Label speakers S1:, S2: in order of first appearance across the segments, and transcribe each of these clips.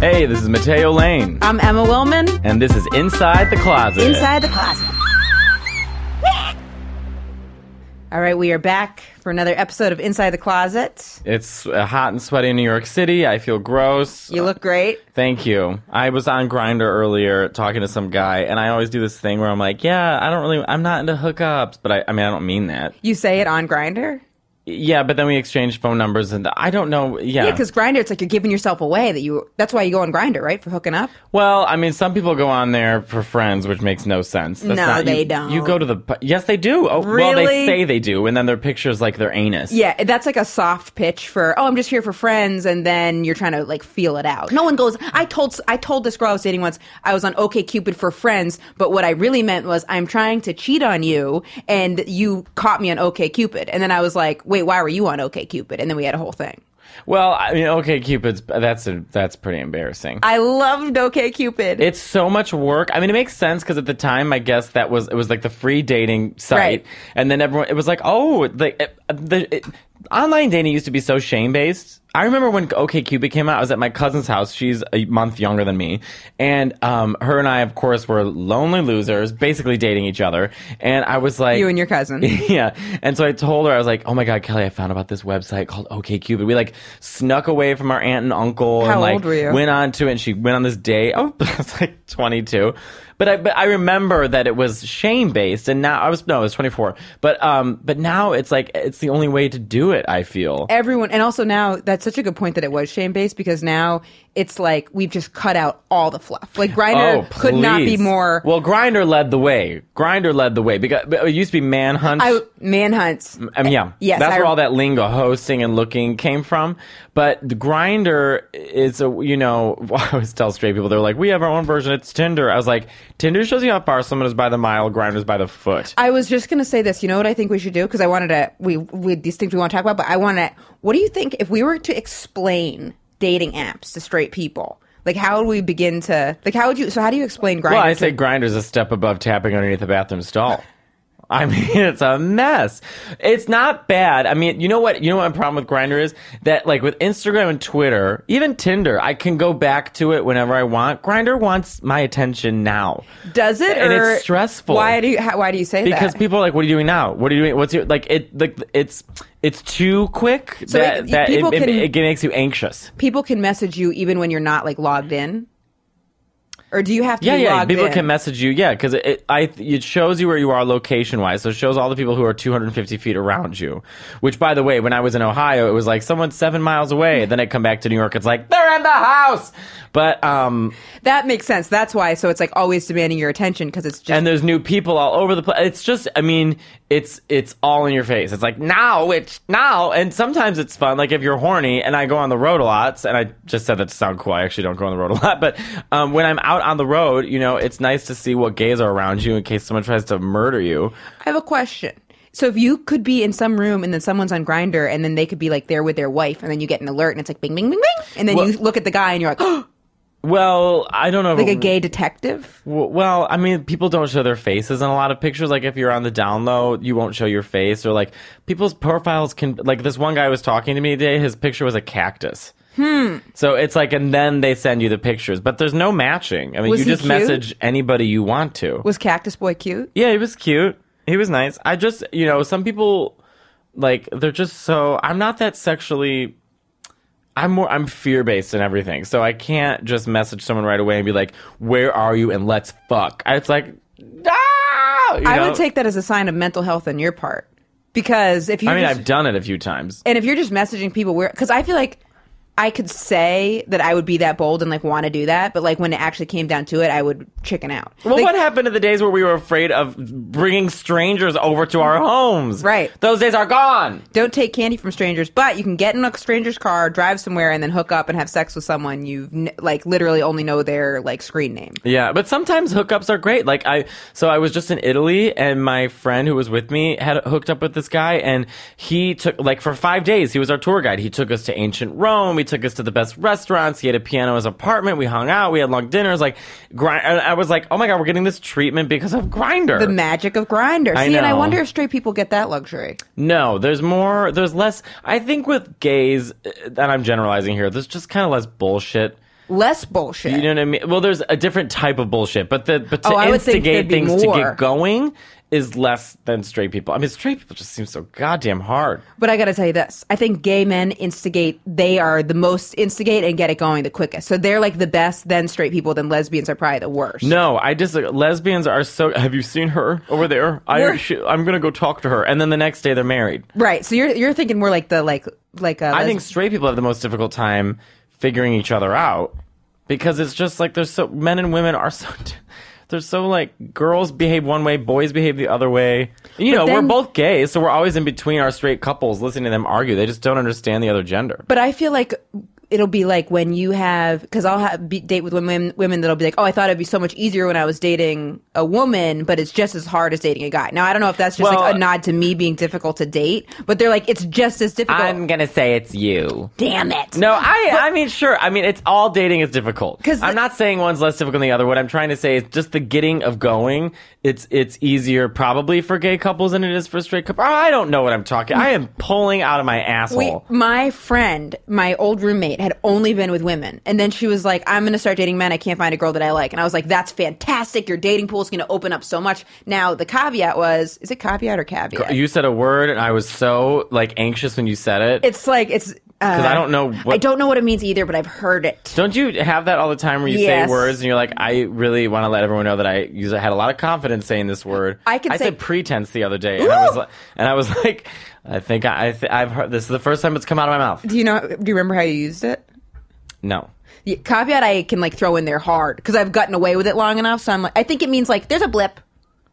S1: Hey, this is Mateo Lane,
S2: I'm Emma Willman.
S1: and this is Inside the Closet.
S2: Inside the closet. All right, we are back for another episode of Inside the Closet.
S1: It's uh, hot and sweaty in New York City. I feel gross.
S2: You look great.
S1: Thank you. I was on Grinder earlier talking to some guy, and I always do this thing where I'm like, "Yeah, I don't really, I'm not into hookups," but I, I mean, I don't mean that.
S2: You say it on Grinder.
S1: Yeah, but then we exchanged phone numbers, and I don't know. Yeah,
S2: Yeah, because Grinder, it's like you're giving yourself away. That you. That's why you go on Grinder, right? For hooking up.
S1: Well, I mean, some people go on there for friends, which makes no sense. That's
S2: No,
S1: not,
S2: they
S1: you,
S2: don't.
S1: You go to the pu- yes, they do. Oh, well,
S2: Really?
S1: they say they do, and then their pictures like their anus.
S2: Yeah, that's like a soft pitch for. Oh, I'm just here for friends, and then you're trying to like feel it out. No one goes. I told I told this girl I was dating once. I was on OK Cupid for friends, but what I really meant was I'm trying to cheat on you, and you caught me on OK Cupid, and then I was like, wait, why were you on OK Cupid? And then we had a whole thing.
S1: Well, I mean, okay, Cupid's that's a that's pretty embarrassing.
S2: I loved OK Cupid.
S1: it's so much work. I mean, it makes sense because at the time, I guess that was it was like the free dating site,
S2: Right.
S1: and then everyone it was like, oh, the, it- the it, online dating used to be so shame based. I remember when OKCupid came out. I was at my cousin's house. She's a month younger than me, and um, her and I, of course, were lonely losers, basically dating each other. And I was like,
S2: you and your cousin.
S1: yeah. And so I told her, I was like, oh my God, Kelly, I found about this website called OKCupid. We like snuck away from our aunt and uncle
S2: How
S1: and like
S2: old were you?
S1: went on to it. And she went on this day. Oh, I was like 22. But I, but I remember that it was shame based, and now I was no, I was 24. But um, but now it's like it's the only way to do it. I feel
S2: everyone and also now that's such a good point that it was shame based because now it's like we've just cut out all the fluff like grinder
S1: oh,
S2: could not be
S1: please.
S2: more
S1: Well, Grinder led the way. Grinder led the way because but it used to be Manhunt.
S2: I manhunts
S1: I mean, yeah,
S2: Eh, Yes,
S1: that's
S2: I-
S1: where all that lingo hosting and looking came from. But the grinder is a you know I always tell straight people they're like we have our own version. It's Tinder. I was like Tinder shows you how far someone is by the mile. Grinder's by the foot.
S2: I was just gonna say this. You know what I think we should do? Because I wanted to. We we these things we want to talk about, but I want to. What do you think if we were to explain dating apps to straight people? Like, how would we begin to like? How would you? So, how do you explain Grindr?
S1: well, I say grinder's a step above tapping underneath a bathroom stall. I mean, it's a mess. It's not bad. I mean, you know what? You know what my problem with Grinder is that, like, with Instagram and Twitter, even Tinder, I can go back to it whenever I want. Grinder wants my attention now.
S2: does it?
S1: and
S2: or
S1: it's stressful.
S2: Why do you? How, why do you say
S1: because
S2: that?
S1: people are like, "What are you doing now? What are you doing? What's your like?" It like it's it's too quick.
S2: So
S1: that,
S2: it-
S1: that it,
S2: people
S1: it-
S2: can-
S1: it makes you anxious.
S2: people can message you even when you're not like logged in. Or do you have to?
S1: Yeah,
S2: be
S1: yeah.
S2: Logged
S1: People
S2: in?
S1: can message you. Yeah, because it, it I it shows you where you are location wise. So it shows all the people who are 250 feet around you. Which, by the way, when I was in Ohio, it was like someone's seven miles away. then I come back to New York, it's like they're in the house. But um,
S2: That makes sense. That's why. So it's like always demanding your attention because it's just
S1: and there's new people all over the place. It's just, I mean, it's it's all in your face. It's like now, it's now, and sometimes it's fun. Like if you're horny, and I go on the road a lot, and I just said that to sound cool. I actually don't go on the road a lot, but um, when I'm out on the road, you know, it's nice to see what gays are around you in case someone tries to murder you.
S2: I have a question. So if you could be in some room and then someone's on Grinder and then they could be like there with their wife and then you get an alert and it's like bing bing bing bing and then you
S1: Well-
S2: look at the guy and you're like oh,
S1: Well, I don't know. if
S2: like a
S1: it-
S2: gay detective.
S1: W- Well, I mean, people don't show their faces in a lot of pictures. Like, if you're on the down low, you won't show your face. Or, like, people's profiles can, like, this one guy was talking to me today, his picture was a cactus. Hmm. So it's like, and then they send you the pictures, but there's no matching. I mean,
S2: Was
S1: you
S2: he
S1: just
S2: cute?
S1: message anybody you want to.
S2: Was Cactus Boy cute?
S1: Yeah, he was cute. He was nice. I just, you know, some people like they're just so I'm not that sexually I'm more I'm fear based and everything. So I can't just message someone right away and be like, "Where are you?" and "Let's fuck." It's like, ah! you
S2: I
S1: know?
S2: would take that as a sign of mental health on your part because if you
S1: I mean,
S2: just,
S1: I've done it a few times.
S2: and if you're just messaging people where because I feel like I could say that I would be that bold and like want to do that, but like when it actually came down to it, I would chicken out.
S1: Well,
S2: Like,
S1: what happened to the days where we were afraid of bringing strangers over to our homes?
S2: Right.
S1: Those days are gone.
S2: don't take candy from strangers, but you can get in a stranger's car, drive somewhere, and then hook up and have sex with someone you've n- like literally only know their like screen name.
S1: Yeah, but sometimes hookups are great. Like I, so I was just in Italy, and my friend who was with me had hooked up with this guy, and he took like for five days. He was our tour guide. He took us to ancient Rome. He took us to the best restaurants. He had a piano in his apartment. We hung out. We had long dinners. Like, grind. And I was like, oh my god, we're getting this treatment because of Grinder.
S2: The magic of grinder. See,
S1: I
S2: and I
S1: know.
S2: wonder if straight people get that luxury.
S1: No, there's more. There's less. I think with gays, uh, and I'm generalizing here. There's just kind of less bullshit.
S2: less bullshit.
S1: You know what I mean? Well, there's a different type of bullshit, but the but to
S2: Oh, I would think
S1: instigate
S2: there'd be
S1: things to
S2: more.
S1: get going is less than straight people. I mean, straight people just seem so goddamn hard.
S2: But I got to tell you this. I think gay men instigate, they are the most instigate and get it going the quickest. So they're like the best, then straight people, then lesbians are probably the worst.
S1: No, I just lesbians are so. Have you seen her over there? I
S2: We're-
S1: she, I'm gonna go talk to her, and then the next day they're married.
S2: Right. So you're you're thinking more like the like like a
S1: I think straight people have the most difficult time figuring each other out because it's just like there's so men and women are so they're so like girls behave one way, boys behave the other way. And, you know, we're
S2: then-
S1: both gay, so we're always in between our straight couples listening to them argue. They just don't understand the other gender.
S2: But I feel like it'll be like when you have because I'll have, be, date with women women that'll be like, oh, I thought it'd be so much easier when I was dating a woman, but it's just as hard as dating a guy. Now I don't know if that's just
S1: Well-
S2: like a nod to me being difficult to date, but they're like, it's just as difficult.
S1: gonna say it's you.
S2: Damn it!
S1: No, I I mean sure. I mean it's all dating is difficult.
S2: 'Cause
S1: I'm
S2: the-
S1: not saying one's less difficult than the other. What I'm trying to say is just the getting of going. It's it's easier probably for gay couples than it is for straight couples. I don't know what I'm talking. I am pulling out of my
S2: We,
S1: asshole.
S2: my friend, my old roommate, had only been with women, and then she was like, "I'm going to start dating men. I can't find a girl that I like." And I was like, "That's fantastic! Your dating pool is going to open up so much." Now the caveat was, is it caveat or caveat?
S1: you said a word, and I was so like anxious when you said it.
S2: it's like it's uh, because
S1: I don't know what-
S2: I don't know what it means either, but I've heard it.
S1: don't you have that all the time where you
S2: Yes.
S1: say words and you're like, I really want to let everyone know that I use, I had a lot of confidence saying this word.
S2: I could
S1: I
S2: say-
S1: said pretense the other day, and I was like, and I was like, I think I, I th- I've heard this is the first time it's come out of my mouth.
S2: Do you know? Do you remember how you used it?
S1: No.
S2: Yeah, caveat I can like throw in there hard because I've gotten away with it long enough. So I'm like, I think it means like there's a blip,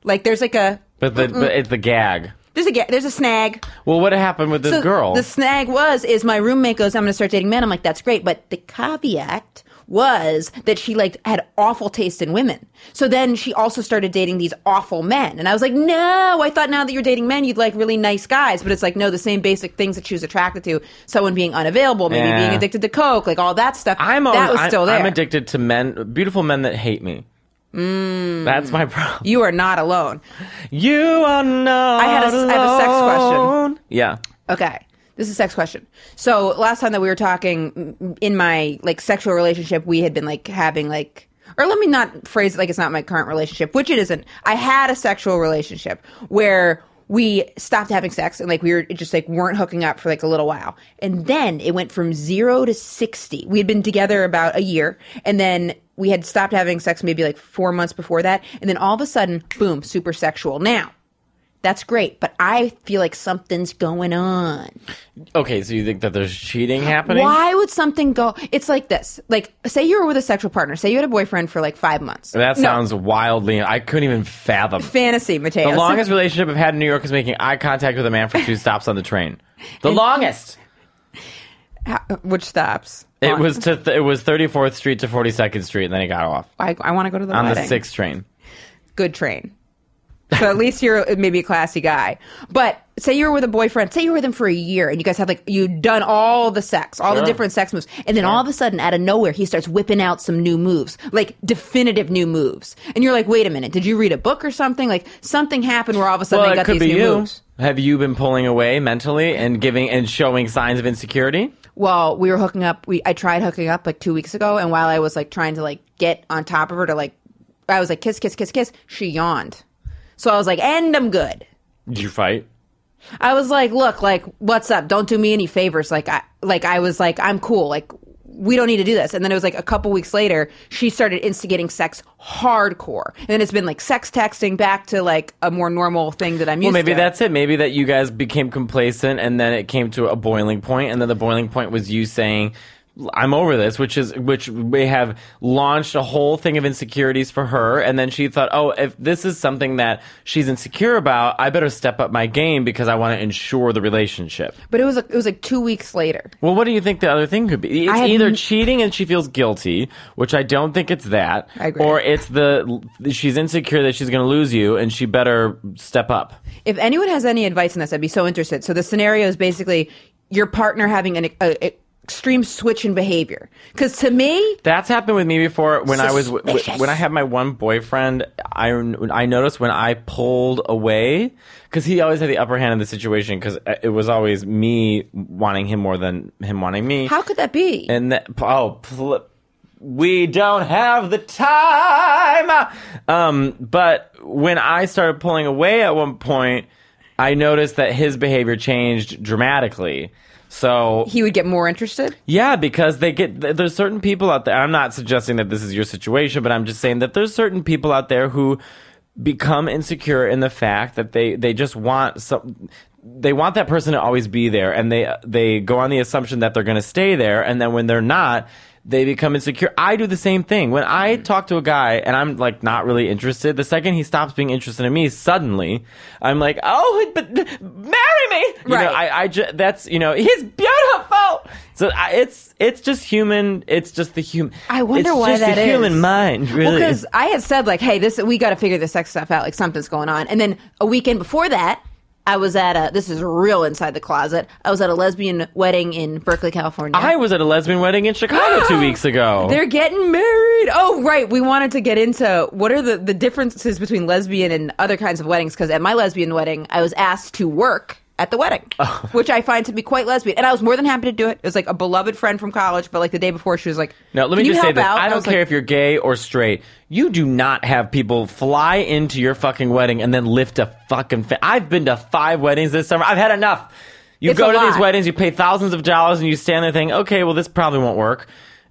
S2: like there's like a
S1: But the but it's the gag.
S2: there's a ga- there's a snag.
S1: Well, what happened with this
S2: So
S1: girl?
S2: The snag was is my roommate goes, I'm going to start dating men. I'm like, that's great, but the caveat was that she like had awful taste in women. So then she also started dating these awful men, and I was like, no, I thought now that you're dating men, you'd like really nice guys, but it's like no, the same basic things that she was attracted to, someone being unavailable, maybe
S1: Yeah.
S2: being addicted to coke, like all that stuff.
S1: I'm
S2: that
S1: always-
S2: was
S1: I'm-
S2: still there.
S1: I'm addicted to men, beautiful men that hate me.
S2: Mm.
S1: That's my problem.
S2: You are not alone.
S1: You are not.
S2: I had a s- I have a sex question.
S1: alone. Yeah.
S2: Okay. This is a sex question. So last time that we were talking m- in my like sexual relationship, we had been like having like or let me not phrase it like it's not my current relationship, which it isn't. I had a sexual relationship where we stopped having sex and like we were just like weren't hooking up for like a little while. And then it went from 0 to 60. We had been together about a year and then we had stopped having sex maybe like 4 months before that and then all of a sudden, boom, super sexual. Now, that's great, but I feel like something's going on.
S1: Okay, so you think that there's cheating happening?
S2: Why would something go? It's like this. Like, say you were with a sexual partner. Say you had a boyfriend for like five months.
S1: That
S2: No,
S1: sounds wildly. I couldn't even fathom.
S2: fantasy, Mateo.
S1: The longest relationship I've had in New York is making eye contact with a man for two stops on the train. The longest.
S2: Which stops.
S1: It was to th- it was 34th Street to 42nd Street, and then he got off
S2: I, want to go to the
S1: on
S2: wedding.
S1: the sixth train.
S2: Good train. So at least you're maybe a classy guy. But say you were with a boyfriend. Say you were with him for a year, and you guys have like you'd done all the sex, all
S1: Sure.
S2: the different sex moves, and then all of a sudden, out of nowhere, he starts whipping out some new moves, like definitive new moves, and you're like, wait a minute, did you read a book or something? Like something happened where all of a sudden
S1: Well,
S2: they
S1: it
S2: got
S1: could
S2: these
S1: be
S2: new
S1: you.
S2: moves.
S1: Have you been pulling away mentally and giving and showing signs of insecurity?
S2: well we were hooking up we i tried hooking up like two weeks ago and while i was like trying to like get on top of her to like i was like kiss kiss kiss kiss she yawned so i was like and i'm good
S1: Did you fight?
S2: i was like look like what's up don't do me any favors like i like i was like i'm cool like we don't need to do this and then it was like a couple weeks later she started instigating sex hardcore and then it's been like sex texting back to like a more normal thing that i'm
S1: Well,
S2: used
S1: maybe
S2: to
S1: that's it. Maybe that you guys became complacent, and then it came to a boiling point, and then the boiling point was you saying, "I'm over this," which is which may have launched a whole thing of insecurities for her, and then she thought, "Oh, if this is something that she's insecure about, I better step up my game because I want to ensure the relationship."
S2: but it was like it was like two weeks later
S1: Well, what do you think the other thing could be? It's
S2: I had
S1: either
S2: n-
S1: cheating and she feels guilty, which I don't think it's that,
S2: I agree.
S1: or it's the she's insecure that she's going to lose you and she better step up.
S2: If anyone has any advice on this, I'd be so interested. So the scenario is basically your partner having an a, a extreme switch in behavior. Because to me,
S1: That's happened with me before when I was w-
S2: Suspicious.
S1: when I had my one boyfriend. I I noticed when I pulled away because he always had the upper hand in the situation because it was always me wanting him more than him wanting me.
S2: how could that be?
S1: and that, oh, pl- we don't have the time. Um, but when I started pulling away at one point, I noticed that his behavior changed dramatically. So
S2: He would get more interested.
S1: yeah, because they get th- there's certain people out there. I'm not suggesting that this is your situation, but I'm just saying that there's certain people out there who become insecure in the fact that they they just want some they want that person to always be there and they they go on the assumption that they're going to stay there and then when they're not they become insecure. I do the same thing. When I talk to a guy and I'm like not really interested, the second he stops being interested in me, suddenly I'm like, "Oh, but marry me." You know,
S2: Right.
S1: I I ju- that's you know he's beautiful. So I, it's it's just human. It's just the human.
S2: I wonder
S1: it's
S2: why
S1: just
S2: that
S1: the
S2: is.
S1: human mind really.
S2: Because I had said like, "Hey, this we got to figure this sex stuff out. Like something's going on." And then a weekend before that, I was at a this is real inside the closet. I was at a lesbian wedding in Berkeley, California.
S1: I was at a lesbian wedding in Chicago two weeks ago.
S2: They're getting married. Oh, right. We wanted to get into what are the, the differences between lesbian and other kinds of weddings? Because at my lesbian wedding, I was asked to work at the wedding,
S1: Oh.
S2: which I find to be quite lesbian. And I was more than happy to do it. It was like a beloved friend from college, but like the day before, she was like,
S1: Now let me
S2: "Can you
S1: just say
S2: help
S1: this:
S2: out?"
S1: I
S2: And
S1: don't
S2: was
S1: care
S2: like,
S1: if you're gay or straight. You do not have people fly into your fucking wedding and then lift a fucking. Fa- I've been to five weddings this summer. I've had enough. You
S2: It's
S1: go
S2: a
S1: to these
S2: lot.
S1: weddings, you pay thousands of dollars, and you stand there thinking, "Okay, well, this probably won't work."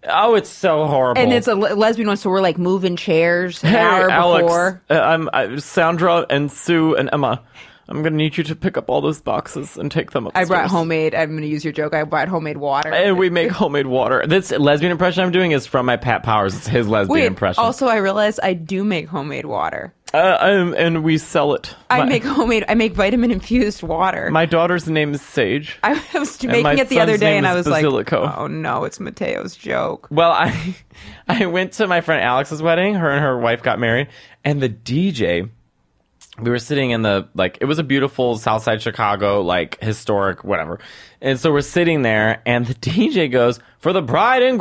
S1: Oh, it's so horrible.
S2: And it's a le- lesbian one, so we're like moving chairs an
S1: Hey,
S2: hour
S1: Alex,
S2: before.
S1: uh, I'm uh, Sandra and Sue and Emma. I'm gonna need you to pick up all those boxes and take them
S2: I
S1: upstairs.
S2: brought homemade. I'm going to use your joke. I brought homemade water.
S1: And we make homemade water. This lesbian impression I'm doing is from my Pat Powers. It's his lesbian
S2: Wait,
S1: impression.
S2: also, I realized I do make homemade water.
S1: uh, um, and we sell it.
S2: I
S1: my,
S2: make homemade. I make vitamin infused water.
S1: My daughter's name is Sage.
S2: I was
S1: my
S2: making it the other
S1: son's
S2: day,
S1: name
S2: and I
S1: is
S2: was
S1: Basilico.
S2: like, "Oh no, it's Mateo's joke."
S1: Well, I I went to my friend Alex's wedding. Her and her wife got married, and the DJ. We were sitting in the like it was a beautiful Southside Chicago like historic whatever, and so we're sitting there, and the DJ goes for the bride and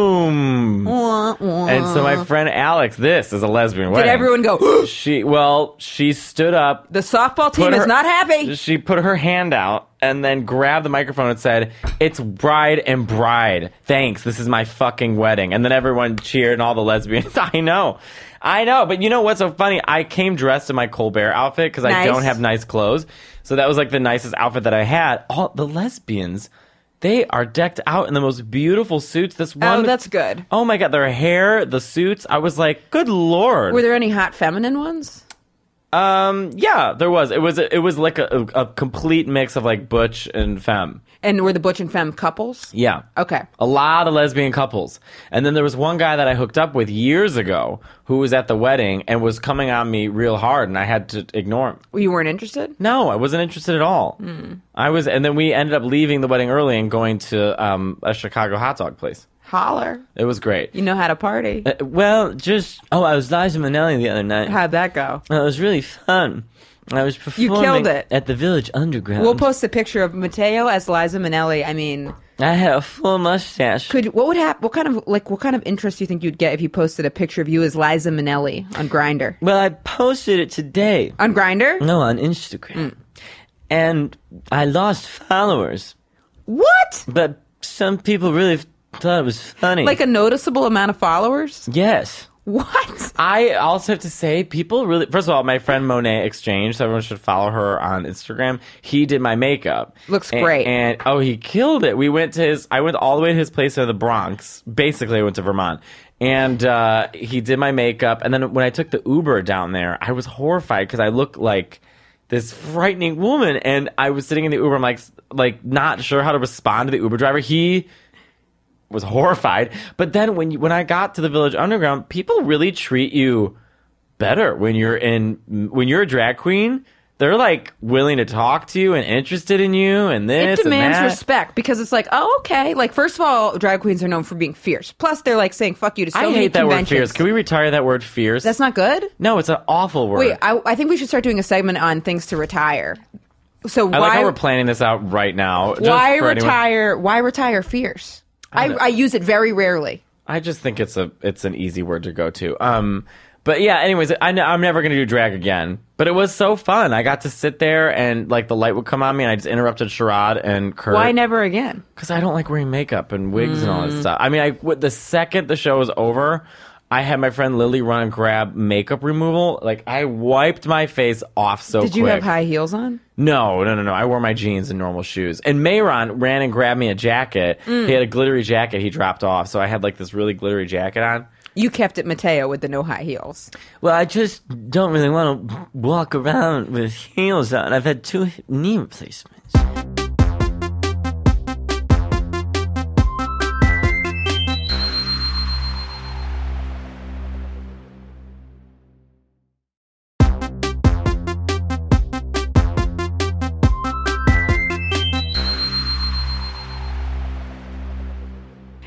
S1: groom, and so my friend Alex, this is a lesbian
S2: Did
S1: wedding.
S2: everyone go?
S1: She well, she stood up
S2: the softball team
S1: put
S2: is
S1: her-
S2: not happy.
S1: She put her hand out and then grabbed the microphone and said, "It's bride and bride. Thanks. This is my fucking wedding." And then everyone cheered and all the lesbians. I know, I know. But you know what's so funny? I came dressed in my Colbert outfit because I
S2: Nice.
S1: don't have nice clothes, so that was like the nicest outfit that I had. All the lesbians. They are decked out in the most beautiful suits. This one,
S2: Oh, that's good.
S1: oh my god, their hair, the suits. I was like, good lord.
S2: Were there any hot feminine ones?
S1: Um. Yeah, there was. It was. It was like a, a complete mix of like butch and femme.
S2: And were the butch and femme couples?
S1: Yeah.
S2: Okay.
S1: A lot of lesbian couples, and then there was one guy that I hooked up with years ago who was at the wedding and was coming on me real hard, and I had to ignore him.
S2: You weren't interested.
S1: No, I wasn't interested at all.
S2: Hmm.
S1: I was, and then we ended up leaving the wedding early and going to um, a Chicago hot dog place.
S2: Holler.
S1: It was great.
S2: You know how to party.
S1: Uh, well, just oh, I was Liza Minnelli the other night.
S2: How'd that go?
S1: It was really fun. I was performing
S2: it.
S1: at the Village Underground.
S2: We'll post a picture of Mateo as Liza Minnelli. I mean,
S1: I had a full mustache.
S2: could what would happen? What kind of like what kind of interest do you think you'd get if you posted a picture of you as Liza Minnelli on Grinder?
S1: well, I posted it today.
S2: On Grinder?
S1: No, on Instagram.
S2: Hmm.
S1: And I lost followers,
S2: What?
S1: but some people really f- thought it was funny.
S2: Like a noticeable amount of followers?
S1: yes.
S2: What?
S1: I also have to say, people really. First of all, my friend Monet Exchange, so everyone should follow her on Instagram. He did my makeup.
S2: Looks
S1: And-
S2: great.
S1: And oh, he killed it. We went to his. I went all the way to his place in the Bronx. Basically, I went to Vermont. And uh, he did my makeup. And then when I took the Uber down there, I was horrified because I looked like this frightening woman. And I was sitting in the Uber. I'm like, s- like not sure how to respond to the Uber driver. He was horrified. But then when you, when I got to the Village Underground, people really treat you better when you're in when you're a drag queen. They're like willing to talk to you and interested in you and this
S2: it demands
S1: and that.
S2: respect because it's like, oh, okay. Like, first of all, drag queens are known for being fierce. Plus, they're like saying "fuck you" to so
S1: I
S2: many
S1: hate that word
S2: conventions.
S1: fierce. Can we retire that word fierce?
S2: That's not good.
S1: no, it's an awful word.
S2: Wait, I, I think we should start doing a segment on things to retire. So
S1: I
S2: why
S1: like how we're planning this out right now. just
S2: why
S1: for anyone-
S2: retire? Why retire fierce? I, I, use it very rarely.
S1: I just think it's a it's an easy word to go to. Um, But yeah, anyways, I, am never going to do drag again. But it was so fun. I got to sit there and like the light would come on me and I just interrupted Sherrod and Kurt.
S2: Why Mm. never again?
S1: Because I don't like wearing makeup and wigs and all that stuff. I mean, I with the second the show was over, I had my friend Lily run and grab makeup removal. Like I wiped my face off so
S2: Did you
S1: quick.
S2: have high heels on?
S1: No, no, no, no. I wore my jeans and normal shoes. And Mayron ran and grabbed me a jacket.
S2: Mm.
S1: He had a glittery jacket he dropped off. So I had like this really glittery jacket on.
S2: You kept it Mateo with the no high heels.
S1: Well, I just don't really want to walk around with heels on. I've had two knee replacements.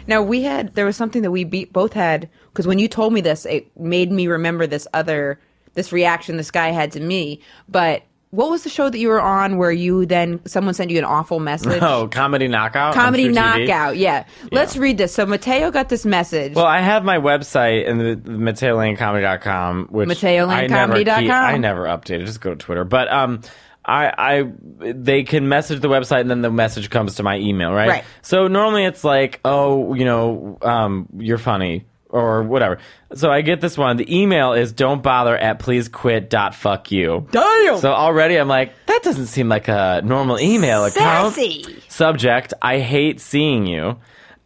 S2: Now we had there was something that we be, both had because when you told me this, it made me remember this other this reaction this guy had to me. But what was the show that you were on where you then someone sent you an awful message?
S1: Oh, comedy knockout. on
S2: Comedy
S1: True TV?
S2: knockout. Yeah. Let's read this. So Mateo got this message.
S1: Well, I have my website and the, the MateoLaneComedy.com, which I never, keep-
S2: MateoLaneComedy.com?
S1: I never update it. Just go to Twitter. But um, I, I, they can message the website and then the message comes to my email, right?
S2: Right.
S1: So normally it's like, oh, you know, um, you're funny or whatever. So I get this one. The email is don't bother at please quit dot fuck you.
S2: Damn.
S1: So already I'm like, that doesn't seem like a normal email account.
S2: Sassy.
S1: Subject: I hate seeing you.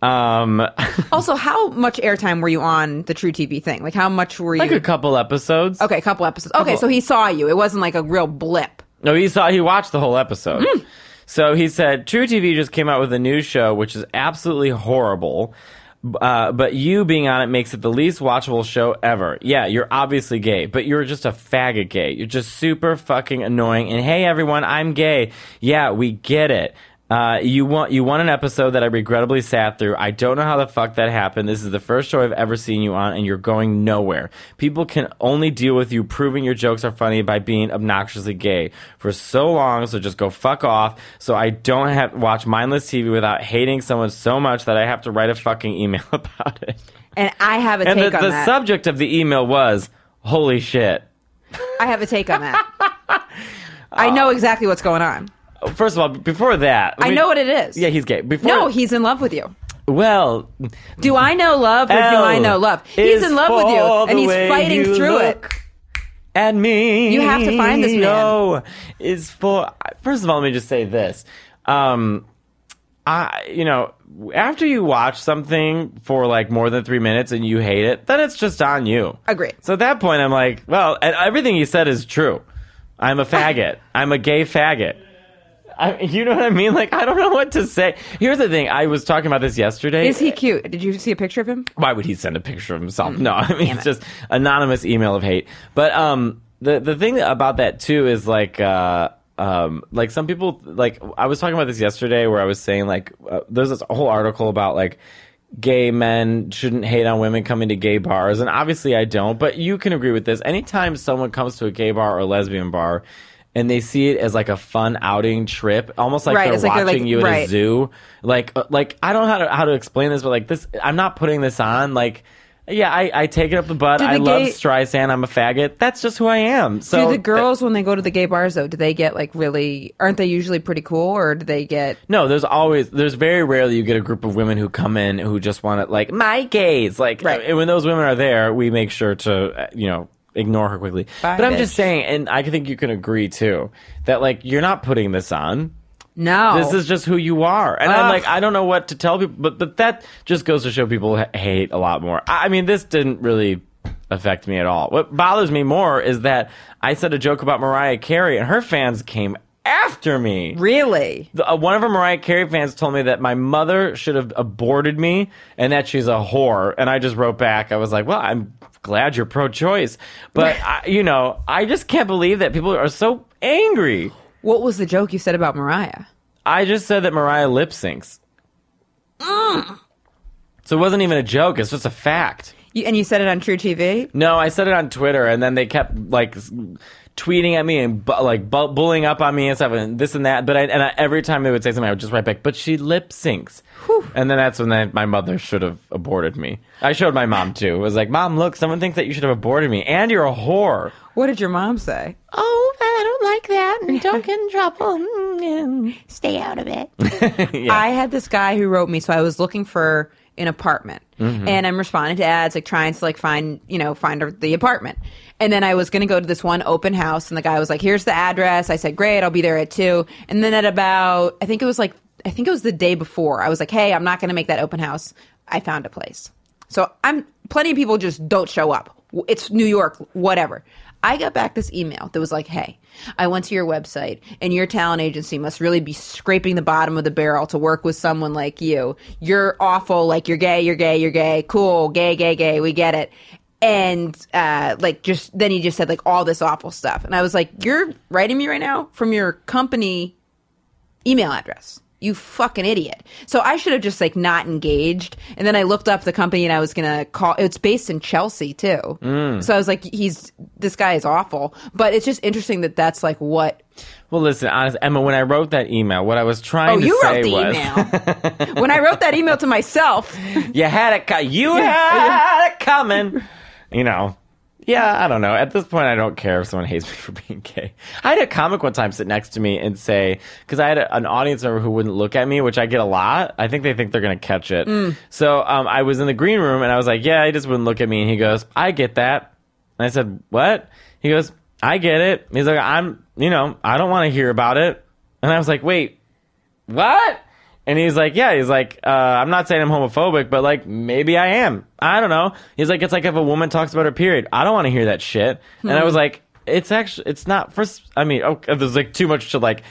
S1: Um,
S2: also, how much airtime were you on the True TV thing? Like how much were you?
S1: like a couple episodes.
S2: okay, a couple episodes. Okay, so he saw you. It wasn't like a real blip.
S1: No, he saw he watched the whole episode.
S2: Mm.
S1: So he said, "True TV just came out with a new show, which is absolutely horrible." Uh, but you being on it makes it the least watchable show ever. Yeah, you're obviously gay, but you're just a faggot gay. You're just super fucking annoying. And hey, everyone, I'm gay. Yeah, we get it. Uh, you want you want an episode that I regrettably sat through. I don't know how the fuck that happened. This is the first show I've ever seen you on, and you're going nowhere. People can only deal with you proving your jokes are funny by being obnoxiously gay for so long. So just go fuck off. So I don't have watch mindless TV without hating someone so much that I have to write a fucking email about it.
S2: And I have a
S1: And the,
S2: take on
S1: the
S2: that.
S1: subject of the email was holy shit.
S2: I have a take on that. I
S1: Uh,
S2: know exactly what's going on.
S1: First of all, before that, let
S2: I
S1: me-
S2: know what it is.
S1: Yeah, he's gay. Before
S2: No, he's in love with you.
S1: well,
S2: Do I know love or do
S1: L
S2: I know love?
S1: is
S2: He's in love with you
S1: for
S2: and
S1: the
S2: he's
S1: way
S2: fighting
S1: you
S2: through
S1: look At me.
S2: You have to find this man.
S1: No, is for. First of all, let me just say this. Um, I, you know, after you watch something for like more than three minutes and you hate it, then it's just on you.
S2: Agreed.
S1: So at that point, I'm like, well, and everything he said is true. I'm a faggot. I'm a gay faggot. I, you know what I mean? Like, I don't know what to say. Here's the thing. I was talking about this yesterday.
S2: it. Is he cute? Did you see a picture of him?
S1: why would he send a picture of himself? No, I mean
S2: Mm. Damn
S1: it's
S2: it.
S1: just anonymous email of hate. But um, the the thing about that too is like uh, um, like some people like I was talking about this yesterday where I was saying like uh, there's this whole article about like gay men shouldn't hate on women coming to gay bars and obviously I don't, but you can agree with this. Anytime someone comes to a gay bar or lesbian bar. And they see it as like a fun outing trip, almost like
S2: Right,
S1: they're
S2: it's like they're,
S1: watching
S2: like-
S1: you at a
S2: right.
S1: zoo do. Like, uh, like I don't know how to, how to explain this, but like this, I'm not putting this on. Like, yeah, I, I take it up the butt.
S2: Do the
S1: I love
S2: gay-
S1: Streisand. I'm a faggot. That's just who I am. So
S2: do the
S1: th-
S2: girls when they go to the gay bars though, do they get like really aren't they usually pretty cool or do they get
S1: no, there's always there's very rarely you get a group of women who come in who just want to like my gays. Like
S2: Right.
S1: and when those women are there, we make sure to uh, you know ignore her quickly.
S2: Bye,
S1: but I'm
S2: bitch.
S1: just saying, and I think you can agree too that like you're not putting this on.
S2: No.
S1: This is just who you are. And I'm
S2: Ugh.
S1: like, I don't know what to tell people, but but that just goes to show people ha- hate a lot more. I, I mean, this didn't really affect me at all. What bothers me more is that I said a joke about Mariah Carey and her fans came after me.
S2: really
S1: The- uh, one of her Mariah Carey fans told me that my mother should have aborted me and that she's a whore. And I just wrote back. I was like, well, I'm glad you're pro choice. But, I, you know, I just can't believe that people are so angry.
S2: what was the joke you said about Mariah?
S1: I just said that Mariah lip syncs. So it wasn't even a joke. It's just a fact.
S2: You, and you said it on True TV.
S1: No, I said it on Twitter, and then they kept like s- tweeting at me and bu- like bu- bullying up on me and stuff and this and that. But I, and I, every time they would say something, I would just write back. But she lip syncs, and then that's when I, my mother should have aborted me. I showed my mom too. It was like, Mom, look, someone thinks that you should have aborted me, and you're a whore.
S2: What did your mom say?
S3: Oh, I don't like that. and Don't get in trouble. Mm, mm. Stay out of it.
S2: I had this guy who wrote me, so I was looking for an apartment, and I'm responding to ads, like trying to like find you know find the apartment. And then I was going to go to this one open house, and the guy was like, "Here's the address." I said, "Great, I'll be there at 2. And then at about, I think it was like, I think it was the day before, I was like, "Hey, I'm not going to make that open house. I found a place." So I'm plenty of people just don't show up. It's New York, whatever. I got back this email that was like, "Hey, I went to your website, and your talent agency must really be scraping the bottom of the barrel to work with someone like you. You're awful. Like you're gay. You're gay. You're gay. Cool. Gay. Gay. Gay. We get it." And uh, like, just then he just said like all this awful stuff, and I was like, "You're writing me right now from your company email address. You fucking idiot. So I should have just like not engaged. And then I looked up the company and I was going to call. It's based in Chelsea too.
S1: Mm.
S2: So I was like, he's, this guy is awful. But it's just interesting that that's like what.
S1: Well, listen, honest, Emma. When I wrote that email, what I was trying
S2: Oh,
S1: to
S2: you
S1: say
S2: wrote the
S1: was,
S2: email. when I wrote that email to myself,
S1: you had it. Co- you had it coming. You know. Yeah, I don't know. At this point, I don't care if someone hates me for being gay. I had a comic one time sit next to me and say, because I had a, an audience member who wouldn't look at me, which I get a lot. I think they think they're going to catch it. So um, I was in the green room and I was like, yeah, he just wouldn't look at me. And he goes, I get that. And I said, what? He goes, I get it. He's like, I'm, you know, I don't want to hear about it. And I was like, wait, what? And he's like, yeah, he's like, uh, I'm not saying I'm homophobic, but like, maybe I am. I don't know. He's like, it's like if a woman talks about her period. I don't want to hear that shit.
S2: Hmm.
S1: And I was like, it's actually, it's not first. I mean, oh, there's like too much to like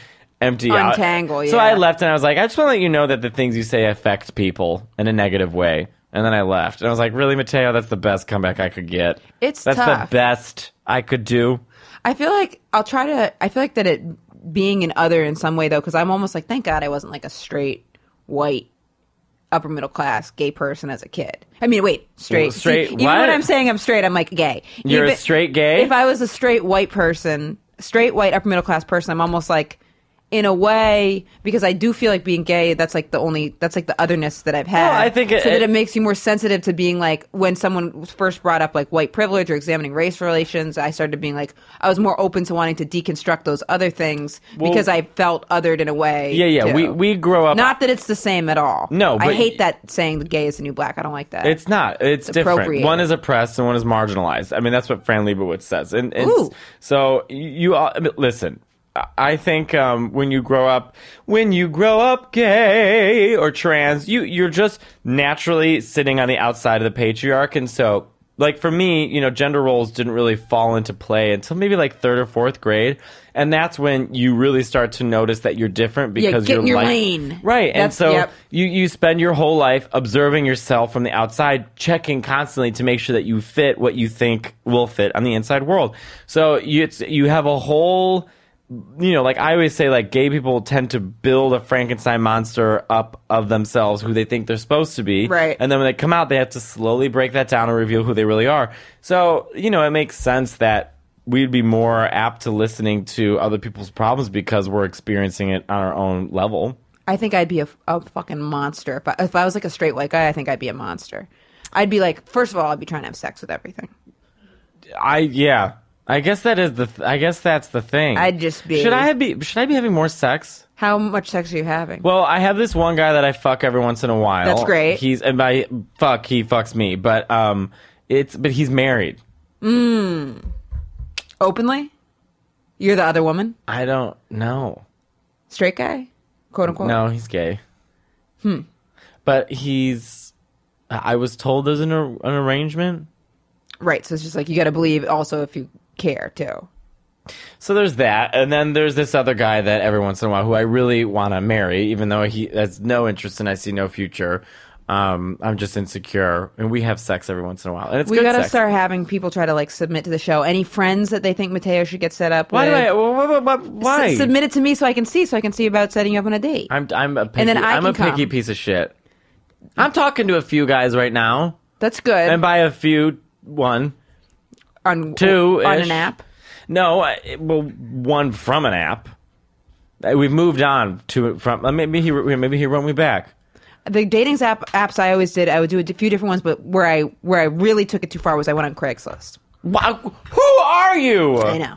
S1: empty out.
S2: Untangle,
S1: So
S2: yeah.
S1: I left and I was like, I just want to let you know that the things you say affect people in a negative way. And then I left. And I was like, really, Mateo, that's the best comeback I could get.
S2: It's
S1: That's
S2: tough.
S1: the best I could do.
S2: I feel like I'll try to. I feel like that it being an other in some way though, because I'm almost like, thank God I wasn't like a straight white upper middle class gay person as a kid. I mean, wait, straight,
S1: Well, straight
S2: See, even
S1: what?
S2: when I'm saying I'm straight, I'm like gay.
S1: You're a
S2: Even-
S1: straight gay?
S2: If I was a straight white person, straight white upper middle class person, I'm almost like. In a way, because I do feel like being gay, that's like the only, that's like the otherness that I've had.
S1: Well, I think it-
S2: so that
S1: it-
S2: it makes you more sensitive to being like when someone first brought up like white privilege or examining race relations i started being like i was more open to wanting to deconstruct those other things because i felt othered in a way
S1: Yeah, yeah.
S2: too.
S1: We, we grow up.
S2: not that it's the same at all
S1: No,
S2: i
S1: but-
S2: hate that saying that gay is the new black i don't like that
S1: It's not. It's, different.
S2: appropriated.
S1: One is oppressed and one is marginalized. I mean, that's what Fran Lebowitz says. And, and
S2: Ooh.
S1: so you, you all, I mean, listen. I- I think um, when you grow up, when you grow up gay or trans, you you're just naturally sitting on the outside of the patriarch, and so like for me, you know, gender roles didn't really fall into play until maybe like third or fourth grade, and that's when you really start to notice that you're different
S2: Yeah,
S1: because
S2: get
S1: you're
S2: in your
S1: like-
S2: lane.
S1: right? and
S2: That's-
S1: so
S2: yep.
S1: you you spend your whole life observing yourself from the outside checking constantly to make sure that you fit what you think will fit on the inside world so you it's, you have a whole you know like i always say like gay people tend to build a frankenstein monster up of themselves who they think they're supposed to be
S2: Right.
S1: and then when they come out they have to slowly break that down and reveal who they really are so you know it makes sense that we'd be more apt to listening to other people's problems because we're experiencing it on our own level
S2: I think I'd be a, a fucking monster. If I, if I was like a straight white guy, I think I'd be a monster. I'd be like, first of all, I'd be trying to have sex with everything.
S1: I yeah. I guess that is the. Th- I guess that's the thing.
S2: I'd just be-
S1: Should I be? Should I be having more sex?
S2: How much sex are you having?
S1: Well, I have this one guy that I fuck every once in a while.
S2: That's great.
S1: He's and by fuck he fucks me, but um, it's but he's married.
S2: Openly? You're the other woman?
S1: I don't know.
S2: Straight guy? Quote unquote?
S1: No, he's gay. Hmm. But he's. I I was told there's an ar- an arrangement.
S2: Right. So it's just like you got to believe also if you care too.
S1: So there's that, and then there's this other guy that every once in a while who I really want to marry, even though he has no interest and I see no future. Um, I'm just insecure, and we have sex every once in a while, and it's
S2: We
S1: good
S2: got to
S1: sex.
S2: start having people try to like submit to the show. Any friends that they think Mateo should get set up
S1: Why do
S2: with?
S1: I? Why? why, why, why?
S2: S- submit it to me so I can see, so I can see about setting you up on a date.
S1: I'm I'm a picky,
S2: then I
S1: am a
S2: can
S1: picky
S2: come.
S1: piece of shit. I'm talking to a few guys right now.
S2: That's good.
S1: and by a few, one.
S2: on
S1: two-ish.
S2: on an app.
S1: No, I, well, one from an app. Uh, We've moved on to from. uh, Maybe he maybe he wrote me back.
S2: The dating app apps I always did. I would do a few different ones, but where I where I really took it too far was I went on Craigslist.
S1: Wow, who are you?
S2: I know,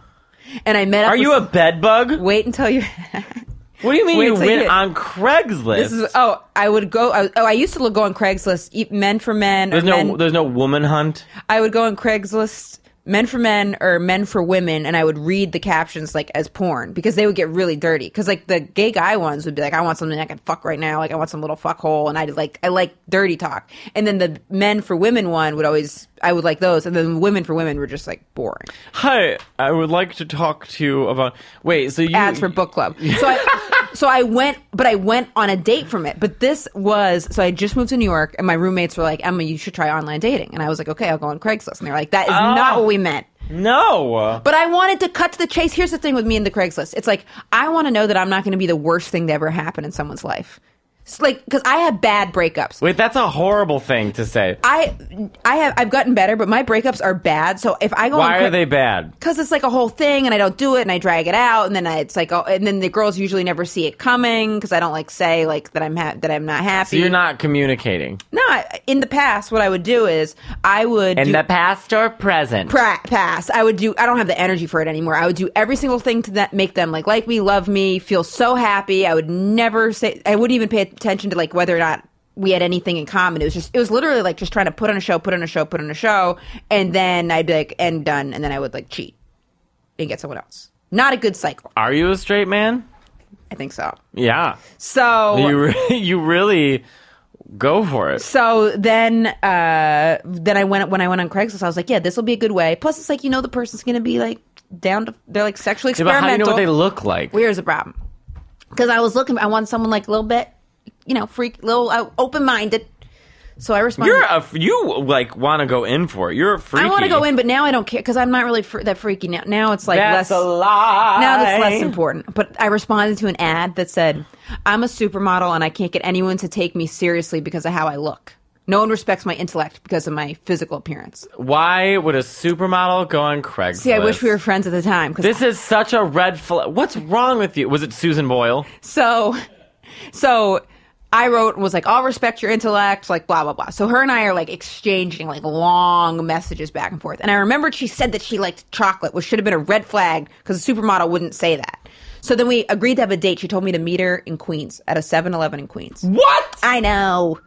S2: and I met. Up
S1: Are you a
S2: with-
S1: bed bug?
S2: Wait until you.
S1: What do you mean
S2: Wait
S1: you
S2: till
S1: went
S2: you-
S1: on Craigslist?
S2: this is oh I would go I, oh I used to go on Craigslist e- men for men.
S1: there's
S2: or
S1: no
S2: men,
S1: there's no woman hunt.
S2: I would go on Craigslist men for men or men for women and I would read the captions like as porn because they would get really dirty cuz like the gay guy ones would be like I want something I can fuck right now like I want some little fuck hole and I like I like dirty talk and then the men for women one would always I would like those and then women for women were just like boring
S1: Hi, I would like to talk to you about. Wait, so you
S2: ads for book club so I so I went but I went on a date from it but this was so I just moved to New York and my roommates were like Emma you should try online dating and I was like okay I'll go on Craigslist and they're like that is not
S1: Oh.
S2: what we meant
S1: No,
S2: But I wanted to cut to the chase. Here's the thing with me and the Craigslist. It's like I want to know that I'm not going to be the worst thing to ever happen in someone's life. It's like because I have bad breakups.
S1: wait, that's a horrible thing to say.
S2: I I have I've gotten better, but my breakups are bad. So if I go,
S1: Why
S2: on
S1: are they bad?
S2: Because it's like a whole thing, and I don't do it, and I drag it out, and then I, it's like, oh, and then the girls usually never see it coming because I don't like say like that I'm ha- that I'm not
S1: So
S2: happy.
S1: you're not communicating.
S2: No, I- in the past, what I would do is I would do-
S1: past or present?
S2: pra- pass. I would do. I don't have the energy for it anymore. I would do every single thing to that make them like like me, love me, feel so happy. I would never say. I wouldn't even pay attention to like whether or not we had anything in common. It was just. It was literally like just trying to put on a show, put on a show, put on a show, and then I'd be like, and done, and then I would like cheat and get someone else. Not a good cycle.
S1: are you a straight man?
S2: I think so.
S1: Yeah.
S2: So
S1: You re- you really go for it.
S2: So then, uh, then I went when I went on Craigslist. I was like, "Yeah, this will be a good way." Plus, it's like you know the person's gonna be like down to they're like sexually
S1: Yeah, but
S2: experimental.
S1: how do you know what they look like?
S2: Well, Here's the problem. Because I was looking, I wanted someone like a little bit, you know, freak, little uh, open minded. So I responded.
S1: You're a you like want to go in for it. You're a freaky.
S2: I want to go in, but now I don't care because I'm not really fr- that freaky now. Now it's like
S1: That's
S2: less.
S1: a lie.
S2: Now that's less important. But I responded to an ad that said, "I'm a supermodel and I can't get anyone to take me seriously because of how I look. No one respects my intellect because of my physical appearance."
S1: Why would a supermodel go on Craigslist?
S2: See, I wish we were friends at the time. 'cause
S1: This is such a red flag. What's wrong with you? Was it Susan Boyle?
S2: So, so I wrote and was like, "I'll respect your intellect," like blah blah blah. So her and I are like exchanging like long messages back and forth. And I remembered she said that she liked chocolate, which should have been a red flag because a supermodel wouldn't say that. So then we agreed to have a date. She told me to meet her in Queens at a 7-Eleven in Queens.
S1: What?
S2: I know.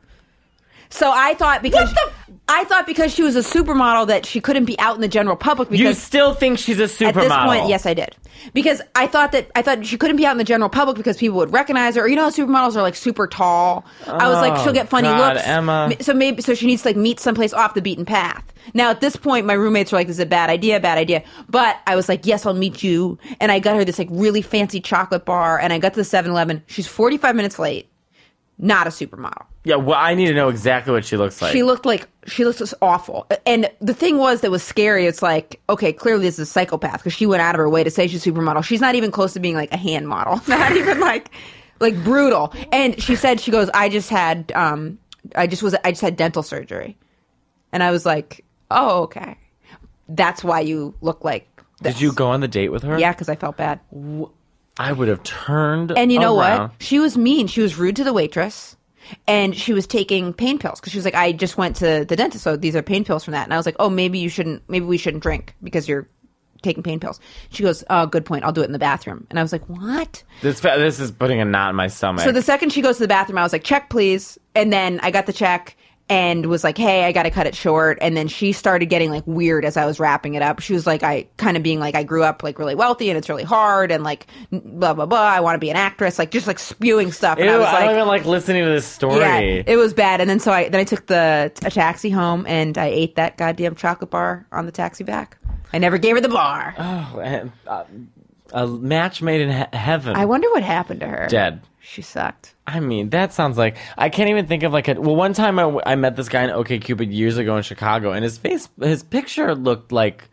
S2: So I thought because
S1: What the-
S2: I thought because she was a supermodel that she couldn't be out in the general public because
S1: You still think she's a supermodel?
S2: at this point, yes, I did because I thought that I thought she couldn't be out in the general public because people would recognize her. Or, you know, how supermodels are like super tall. I was like,
S1: Oh,
S2: she'll get funny
S1: God,
S2: looks.
S1: Emma.
S2: M- So maybe so she needs to like meet someplace off the beaten path. Now at this point, my roommates were like, "This is a bad idea, bad idea." But I was like, "Yes, I'll meet you." And I got her this like really fancy chocolate bar, and I got to the 7-Eleven. She's forty five minutes late. Not a supermodel.
S1: Yeah. Well, I need to know exactly what she looks like.
S2: She looked like she looked just awful. And the thing was that was scary. It's like, okay, clearly this is a psychopath because she went out of her way to say she's a supermodel. She's not even close to being like a hand model. Not even like like brutal. And she said she goes, I just had um I just was I just had dental surgery. And I was like, "Oh, okay. That's why you look like this.
S1: Did you go on the date with her?
S2: Yeah, cuz I felt bad.
S1: I would have turned.
S2: And you know
S1: around.
S2: what? She was mean. She was rude to the waitress. And she was taking pain pills because she was like, I just went to the dentist, so these are pain pills from that. And I was like, oh, maybe you shouldn't, maybe we shouldn't drink because you're taking pain pills. She goes, oh, good point. I'll do it in the bathroom. And I was like, what?
S1: This fa- this is putting a knot in my stomach.
S2: So the second she goes to the bathroom, I was like, check, please. And then I got the check and was like, hey, I got to cut it short. And then she started getting like weird as I was wrapping it up. She was like, I kind of being like, I grew up like really wealthy and it's really hard and like n- blah, blah, blah. I want to be an actress, like just like spewing stuff.
S1: Ew,
S2: and I
S1: I,
S2: was like,
S1: don't even like listening to this story.
S2: yeah, it was bad. And then so I then I took the a taxi home and I ate that goddamn chocolate bar on the taxi back. I never gave her the bar.
S1: Oh, and, uh, a match made in he- heaven.
S2: I wonder what happened to her.
S1: Dead.
S2: She sucked.
S1: I mean, that sounds like I can't even think of like a. Well, one time I, w- I met this guy in OKCupid years ago in Chicago, and his face, his picture looked like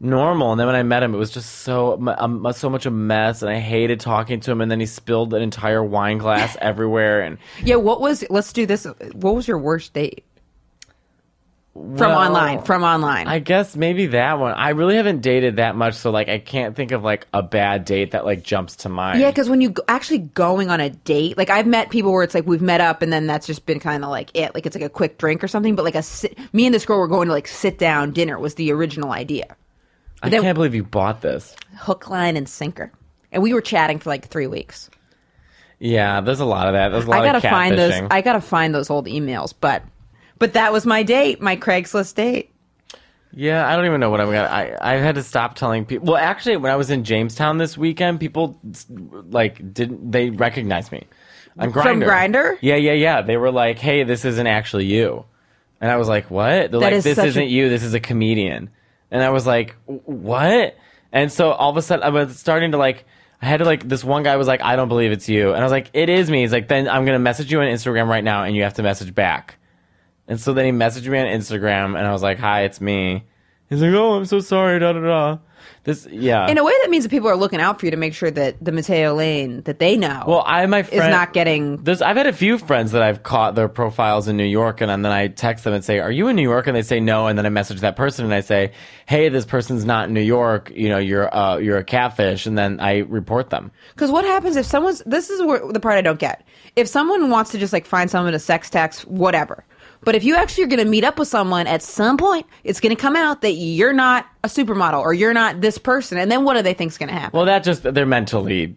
S1: normal, and then when I met him, it was just so mu- um, so much a mess, and I hated talking to him. And then he spilled an entire wine glass everywhere, and
S2: Yeah, what was let's do this. What was your worst date? from
S1: Well,
S2: online. From online.
S1: I guess maybe that one. I really haven't dated that much, so like I can't think of like a bad date that like jumps to mind.
S2: yeah, because when you go, actually going on a date, like I've met people where it's like we've met up and then that's just been kind of like it, like it's like a quick drink or something. But like a sit, me and this girl were going to like sit down dinner was the original idea,
S1: I
S2: then-
S1: can't believe you bought this.
S2: hook, line, and sinker. And we were chatting for like three weeks.
S1: Yeah, there's a lot of that. There's a lot
S2: I gotta
S1: of catfishing.
S2: find those. I gotta find those old emails. But but that was my date, my Craigslist date.
S1: Yeah, I don't even know what I'm gonna. I I had to stop telling people. Well, actually, when I was in Jamestown this weekend, people like didn't they recognized me on Grindr.
S2: Grindr?
S1: Yeah, yeah, yeah. They were like, "Hey, this isn't actually you," and I was like, "What?" They're like,
S2: is
S1: "This
S2: such a-
S1: isn't you. This is a comedian," and I was like, "What?" And so all of a sudden, I was starting to like. I had to like this one guy was like, "I don't believe it's you," and I was like, "It is me." He's like, "Then I'm gonna message you on Instagram right now, and you have to message back." And so then he messaged me on Instagram, and I was like, "Hi, it's me." He's like, "Oh, I'm so sorry." Da da da. This, yeah.
S2: In a way, that means that people are looking out for you to make sure that the Mateo Lane that they know
S1: well, I my
S2: is
S1: friend
S2: not getting.
S1: There's, I've had a few friends that I've caught their profiles in New York, and, then I text them and say, "Are you in New York?" And they say no, and then I message that person and I say, "Hey, this person's not in New York. You know, you're uh, you're a catfish," and then I report them.
S2: Because what happens if someone's? This is where, the part I don't get. If someone wants to just like find someone to sex tax, whatever. But if you actually are going to meet up with someone at some point, it's going to come out that you're not a supermodel or you're not this person, and then what do they think's going to happen?
S1: Well, that just they're mentally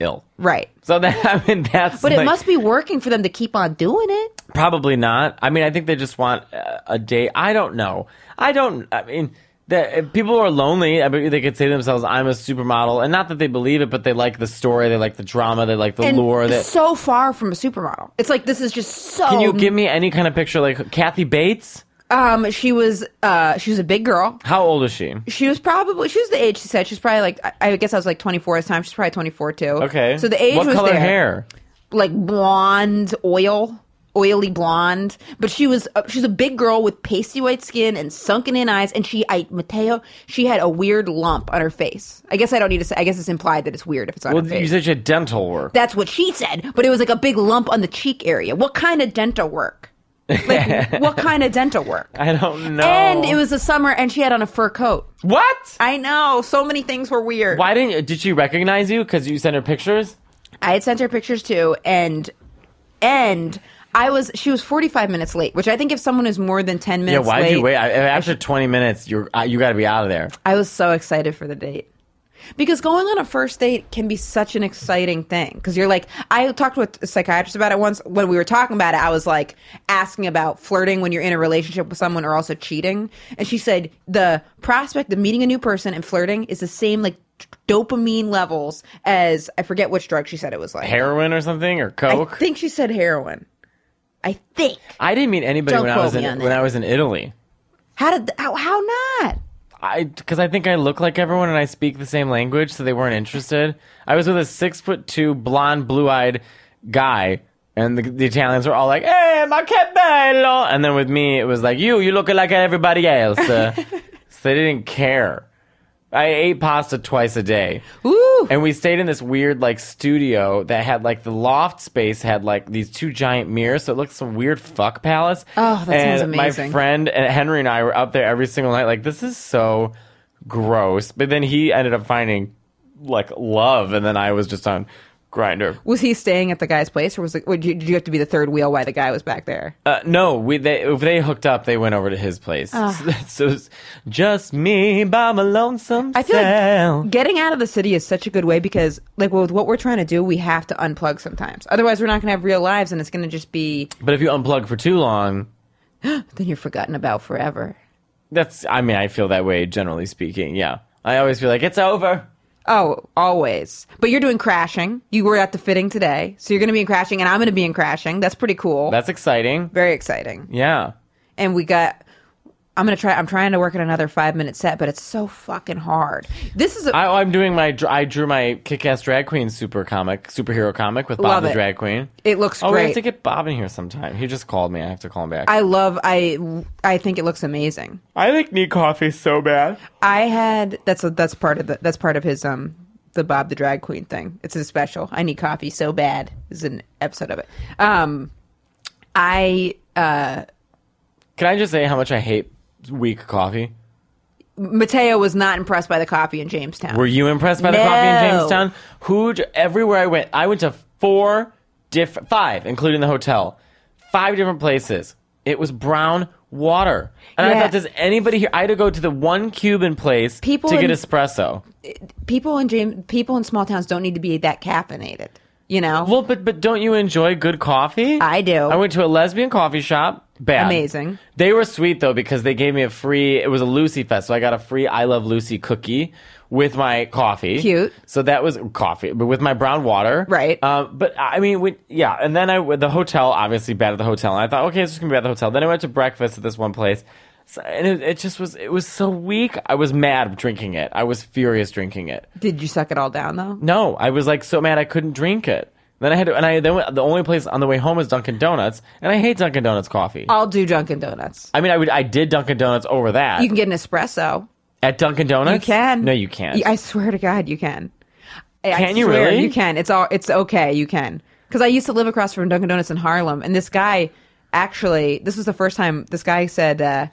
S1: ill.
S2: right.
S1: So that I mean, that's
S2: But it
S1: like-
S2: must be working for them to keep on doing it.
S1: Probably not. I mean, I think they just want uh, a date. I don't know. I don't. I mean, the, if people are lonely. I mean, they could say to themselves, "I'm a supermodel," and not that they believe it, but they like the story. They like the drama. They like the
S2: And
S1: lure. That
S2: so far from a supermodel. It's like this is just so.
S1: can you give me any kind of picture? Like Kathy Bates.
S2: Um, she was uh, she was a big girl.
S1: How old is she?
S2: She was probably she was the age she said she's probably like I, I guess I was like twenty four at the time. She's probably twenty four too.
S1: Okay.
S2: So the age
S1: What
S2: was
S1: color
S2: there.
S1: hair?
S2: like blonde oil. Oily blonde, but she was uh, she's a big girl with pasty white skin and sunken in eyes, and she, I Mateo, she had a weird lump on her face. I guess I don't need to say. I guess it's implied that it's weird if it's on
S1: Well,
S2: her face.
S1: you said she had dental work.
S2: That's what she said, but it was like a big lump on the cheek area. What kind of dental work? Like, what kind of dental work?
S1: I don't know.
S2: And it was the summer, and she had on a fur coat.
S1: what?
S2: I know, so many things were weird.
S1: Why didn't? you- Did she recognize you? Because you sent her pictures.
S2: I had sent her pictures too, and and I was she was forty five minutes late, which I think if someone is more than ten
S1: Yeah.
S2: minutes,
S1: Why
S2: late,
S1: did you wait? I, after twenty minutes, you're uh, you got to be out of there.
S2: I was so excited for the date. Because going on a first date can be such an exciting thing. Because you're like, I talked with a psychiatrist about it once. When we were talking about it, I was like asking about flirting when you're in a relationship with someone or also cheating. And she said the prospect of meeting a new person and flirting is the same, like dopamine levels as I forget which drug she said it was like.
S1: Heroin or something or
S2: I
S1: coke.
S2: think she said heroin. I think.
S1: I didn't meet anybody
S2: Don't
S1: when I
S2: quote
S1: was in
S2: me on
S1: when
S2: that.
S1: I was in Italy.
S2: How did, th- how, how not?
S1: I because I think I look like everyone and I speak the same language, so they weren't interested. I was with a six foot two blonde, blue eyed guy, and the, the Italians were all like, "Hey, ma che bello!" And then with me, it was like, "You, you look like everybody else." Uh, so they didn't care. I ate pasta twice a day.
S2: Ooh.
S1: And we stayed in this weird like studio that had like the loft space had like these two giant mirrors, so it looked some weird fuck palace.
S2: Oh, that
S1: and
S2: sounds
S1: My
S2: amazing.
S1: friend and Henry and I were up there every single night. Like this is so gross. But then he ended up finding like love, and then I was just on grinder.
S2: Was he staying at the guy's place, or was it, or did you- did you have to be the third wheel while the guy was back there?
S1: Uh, no, we they if they hooked up, they went over to his place.
S2: Ah.
S1: So, it's just me by my lonesome
S2: I feel
S1: self.
S2: like getting out of the city is such a good way because, like, with what we're trying to do, we have to unplug sometimes. Otherwise, we're not going to have real lives, and it's going to just be
S1: but if you unplug for too long,
S2: then you're forgotten about forever.
S1: That's, I mean, I feel that way generally speaking. Yeah. I always feel like it's over.
S2: Oh, always. But you're doing crashing. You were at the fitting today, so you're going to be in crashing, and I'm going to be in crashing. That's pretty cool.
S1: That's exciting.
S2: Very exciting.
S1: Yeah.
S2: And we got. I'm gonna try. I'm trying to work at another five minute set, but it's so fucking hard. This is a
S1: I, I'm doing my, dr- I drew my kick ass drag queen super comic, superhero comic with Bob
S2: Love
S1: the
S2: it.
S1: Drag Queen.
S2: It looks
S1: oh, we have
S2: great.
S1: to get Bob in here sometime. He just called me. I have to call him back. I,
S2: I love. I I think it looks amazing.
S1: like need coffee so bad.
S2: I had that's a, that's part of the that's part of his um the Bob the drag queen thing. It's a special. I need coffee so bad is an episode of it. Um, I uh
S1: Can I just say how much I hate weak coffee?
S2: Mateo was not impressed by the coffee in Jamestown.
S1: Were you impressed by the coffee in
S2: No.
S1: Jamestown? Who j- everywhere I went, I went to four different, five, including the hotel, five different places. It was brown water, and I
S2: Yeah.
S1: thought, does anybody here? I had to go to the one Cuban place
S2: People
S1: to get
S2: in-
S1: espresso.
S2: people in James, people in small towns don't need to be that caffeinated. You know,
S1: Well, but but don't you enjoy good coffee?
S2: I do.
S1: I went to a lesbian coffee shop. Bad.
S2: Amazing.
S1: They were sweet though because they gave me a free. It was a Lucy fest, so I got a free I Love Lucy cookie with my coffee.
S2: Cute.
S1: So that was coffee, but with my brown water.
S2: Right.
S1: Uh, but I mean, we, yeah. And then I went- the hotel, obviously bad at the hotel, and I thought, okay, it's just gonna be bad at the hotel. Then I went to breakfast at this one place. So, and it, it just was it was so weak. I was mad drinking it. I was furious drinking it.
S2: did you suck it all down though?
S1: No, I was like so mad I couldn't drink it. Then I had to, and I then went- the only place on the way home was Dunkin' Donuts, and I hate Dunkin' Donuts coffee.
S2: I'll do Dunkin' Donuts.
S1: I mean, I would I did Dunkin' Donuts over that
S2: You can get an espresso.
S1: at Dunkin'
S2: You
S1: Donuts.
S2: can.
S1: No, you can't.
S2: Y- I swear to God, you can. I- I
S1: Can you
S2: swear
S1: really?
S2: You can. It's all. It's okay. You can. Because I used to live across from Dunkin' Donuts in Harlem, and this guy actually, this was the first time this guy said uh,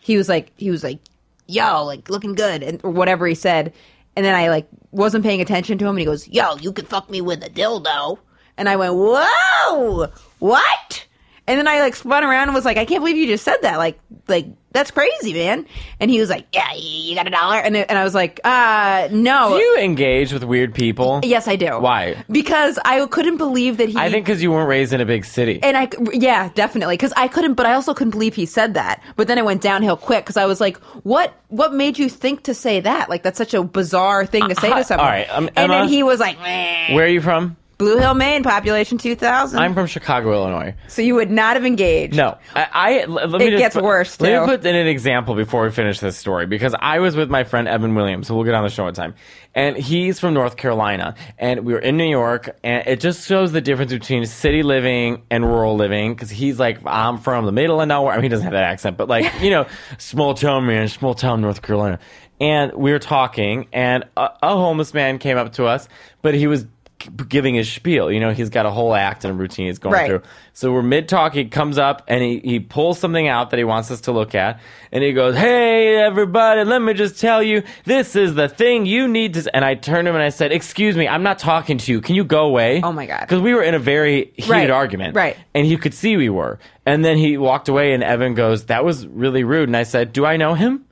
S2: he was like he was like, "Yo, like looking good," and or whatever he said. And then I like wasn't paying attention to him, and he goes, "Yo, you could fuck me with a dildo." And I went, "Whoa, what?" And then I like spun around and was like, I can't believe you just said that. Like, like that's crazy, man. And he was like, Yeah, y- you got a dollar. And it, and I was like, Uh, no.
S1: Do you engage with weird people?
S2: yes, I do.
S1: Why?
S2: Because I couldn't believe that he.
S1: I think because you weren't raised in a big city.
S2: And I, yeah, definitely. Because I couldn't, but I also couldn't believe he said that. But then it went downhill quick because I was like, "What? What made you think to say that? Like, that's such a bizarre thing to say
S1: hi-
S2: to someone."
S1: all right, um,
S2: and
S1: Emma?
S2: then he was like, "Meh."
S1: Where are you from?
S2: "Blue Hill, Maine, population two thousand.
S1: I'm from Chicago, Illinois.
S2: So you would not have engaged.
S1: No, I. I let me
S2: It
S1: just
S2: gets
S1: put-
S2: worse,
S1: Let
S2: too.
S1: me put in an example before we finish this story because I was with my friend Evan Williams, who we'll get on the show in time, and he's from North Carolina, and we were in New York, and it just shows the difference between city living and rural living because he's like, I'm from the middle of nowhere. I mean, he doesn't have that accent, but like, you know, small town man, small town North Carolina, and we were talking, and a, a homeless man came up to us, but he was g- giving his spiel. You know, he's got a whole act and routine he's going
S2: Right.
S1: through. So we're mid talk. He comes up and he, he pulls something out that he wants us to look at. And he goes, Hey, everybody, let me just tell you, this is the thing you need to. s-" And I turned to him and I said, Excuse me, I'm not talking to you. Can you go away?
S2: Oh my God.
S1: Because we were in a very heated
S2: Right.
S1: argument.
S2: Right.
S1: And he could see we were. And then he walked away and Evan goes, That was really rude. And I said, Do I know him?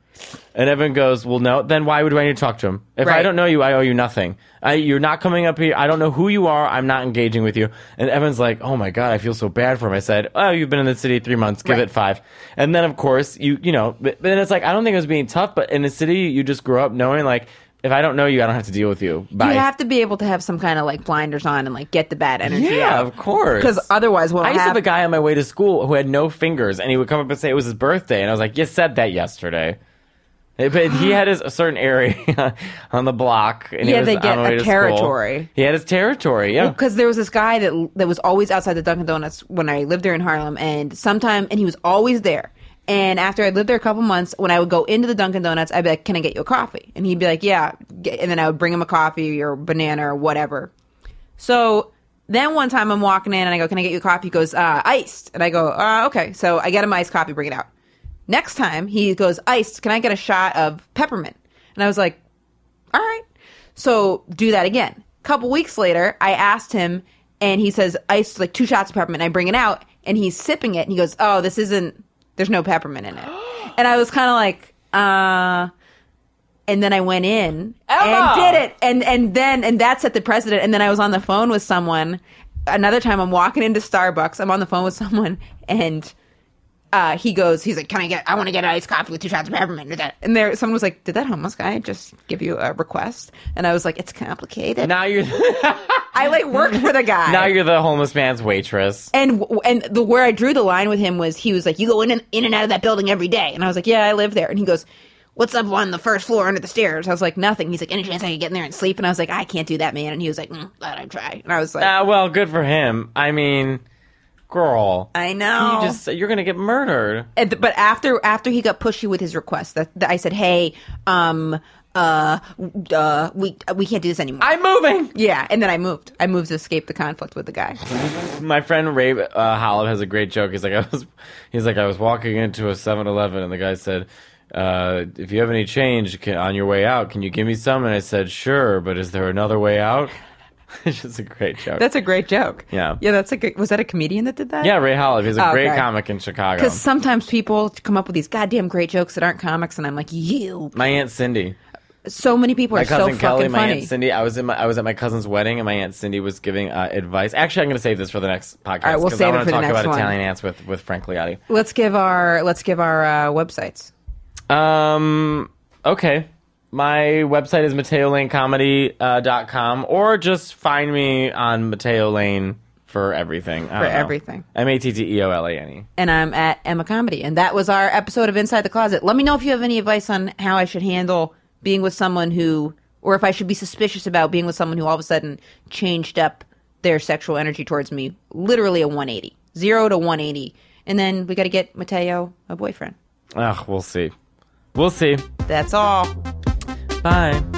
S1: And Evan goes, Well, no, then why would I need to talk to him? If I
S2: Right.
S1: don't know you, I owe you nothing. I, you're not coming up here. I don't know who you are. I'm not engaging with you. And Evan's like, Oh my God, I feel so bad for him. I said, Oh, you've been in the city three months. Give
S2: Right.
S1: it five. And then, of course, you, you know, but then it's like, I don't think it was being tough, but in the city, you just grow up knowing, like, if I don't know you, I don't have to deal with you. Bye.
S2: You have to be able to have some kind of like blinders on and like get the bad energy.
S1: yeah, of course.
S2: Because otherwise, what
S1: I
S2: will
S1: used to have a
S2: happen?
S1: guy on my way to school who had no fingers, and he would come up and say it was his birthday, and I was like, "You said that yesterday." Eh, But he had his a certain area on the block, and he
S2: Yeah,
S1: was
S2: they
S1: on
S2: get
S1: the way
S2: a
S1: to school.
S2: territory.
S1: He had his territory. Yeah,
S2: Because there was this guy that that was always outside the Dunkin' Donuts when I lived there in Harlem, and sometime and he was always there. And after I lived there a couple months, when I would go into the Dunkin' Donuts, I'd be like, "Can I get you a coffee?" And he'd be like, "Yeah." Get- And then I would bring him a coffee or banana or whatever. So then one time I'm walking in and I go, "Can I get you a coffee?" He goes, uh, "Iced," and I go, uh, "Okay." So I get him iced coffee, bring it out. Next time he goes, "Iced," can I get a shot of peppermint? And I was like, "All right." So do that again. Couple weeks later, I asked him, and he says, "Iced like two shots of peppermint." And I bring it out, and he's sipping it, and he goes, "Oh, this isn't. There's no peppermint in it." and I was kind of like, uh. And then I went in
S1: Emma!
S2: and did it it. and and then and that set the precedent and then i was on the phone with someone another time i'm walking into starbucks i'm on the phone with someone and uh, he goes he's like can i get i want to get an iced coffee with two shots of peppermint and that- and there someone was like did that homeless guy just give you a request and i was like it's complicated
S1: now you're
S2: i like worked for the guy
S1: now you're the homeless man's waitress.
S2: and w- and the where I drew the line with him was he was like, "You go in and in and out of that building every day," and I was like, "Yeah, I live there." And he goes, "What's up on the first floor under the stairs?" I was like, "Nothing." He's like, "Any chance I could get in there and sleep?" And I was like, "I can't do that, man." And he was like, mm, "Thought I'd try," and I was like,
S1: Uh, well, good for him. I mean, girl.
S2: I
S1: you
S2: know.
S1: just you're gonna get murdered.
S2: And th- but after after he got pushy with his request, that, that I said, "Hey, um, uh, w- uh, we we can't do this anymore."
S1: I'm moving.
S2: yeah, and then I moved. I moved to escape the conflict with the guy.
S1: My friend Ray uh, Hollop has a great joke. He's like, I was, he's like, I was walking into a 7-Eleven and the guy said, uh, "If you have any change can, on your way out, can you give me some?" And I said, "Sure, but is there another way out?" it's just a great joke.
S2: That's a great joke.
S1: Yeah.
S2: yeah. That's a good. Was that a comedian that did that?
S1: yeah, Ray Hollop. He's a
S2: Oh,
S1: great
S2: okay.
S1: comic in Chicago.
S2: Because sometimes people come up with these goddamn great jokes that aren't comics, and I'm like, you.
S1: My aunt Cindy.
S2: So many people
S1: my
S2: are so
S1: cousin
S2: fucking
S1: Kelly, my
S2: funny.
S1: aunt Cindy. I was in my, I was at my cousin's wedding, and my aunt Cindy was giving uh, advice. Actually, I'm going to save this for the next podcast.
S2: right, we'll
S1: 'cause
S2: save
S1: I
S2: it
S1: wanna
S2: for the
S1: talk
S2: next
S1: about
S2: one.
S1: Italian ants with with Frank Liotti.
S2: let's give our let's give our uh, websites.
S1: Um. Okay. My website is MateoLaneComedy.com, uh, or just find me on Mateo Lane for everything.
S2: For everything.
S1: M A T T E O L A N E.
S2: and I'm at Emma Comedy. And that was our episode of Inside the Closet. Let me know if you have any advice on how I should handle being with someone who, or if I should be suspicious about being with someone who all of a sudden changed up their sexual energy towards me, literally a 180, zero to 180. And then we got to get Mateo a boyfriend.
S1: Ugh, we'll see. We'll see.
S2: That's all.
S1: Bye.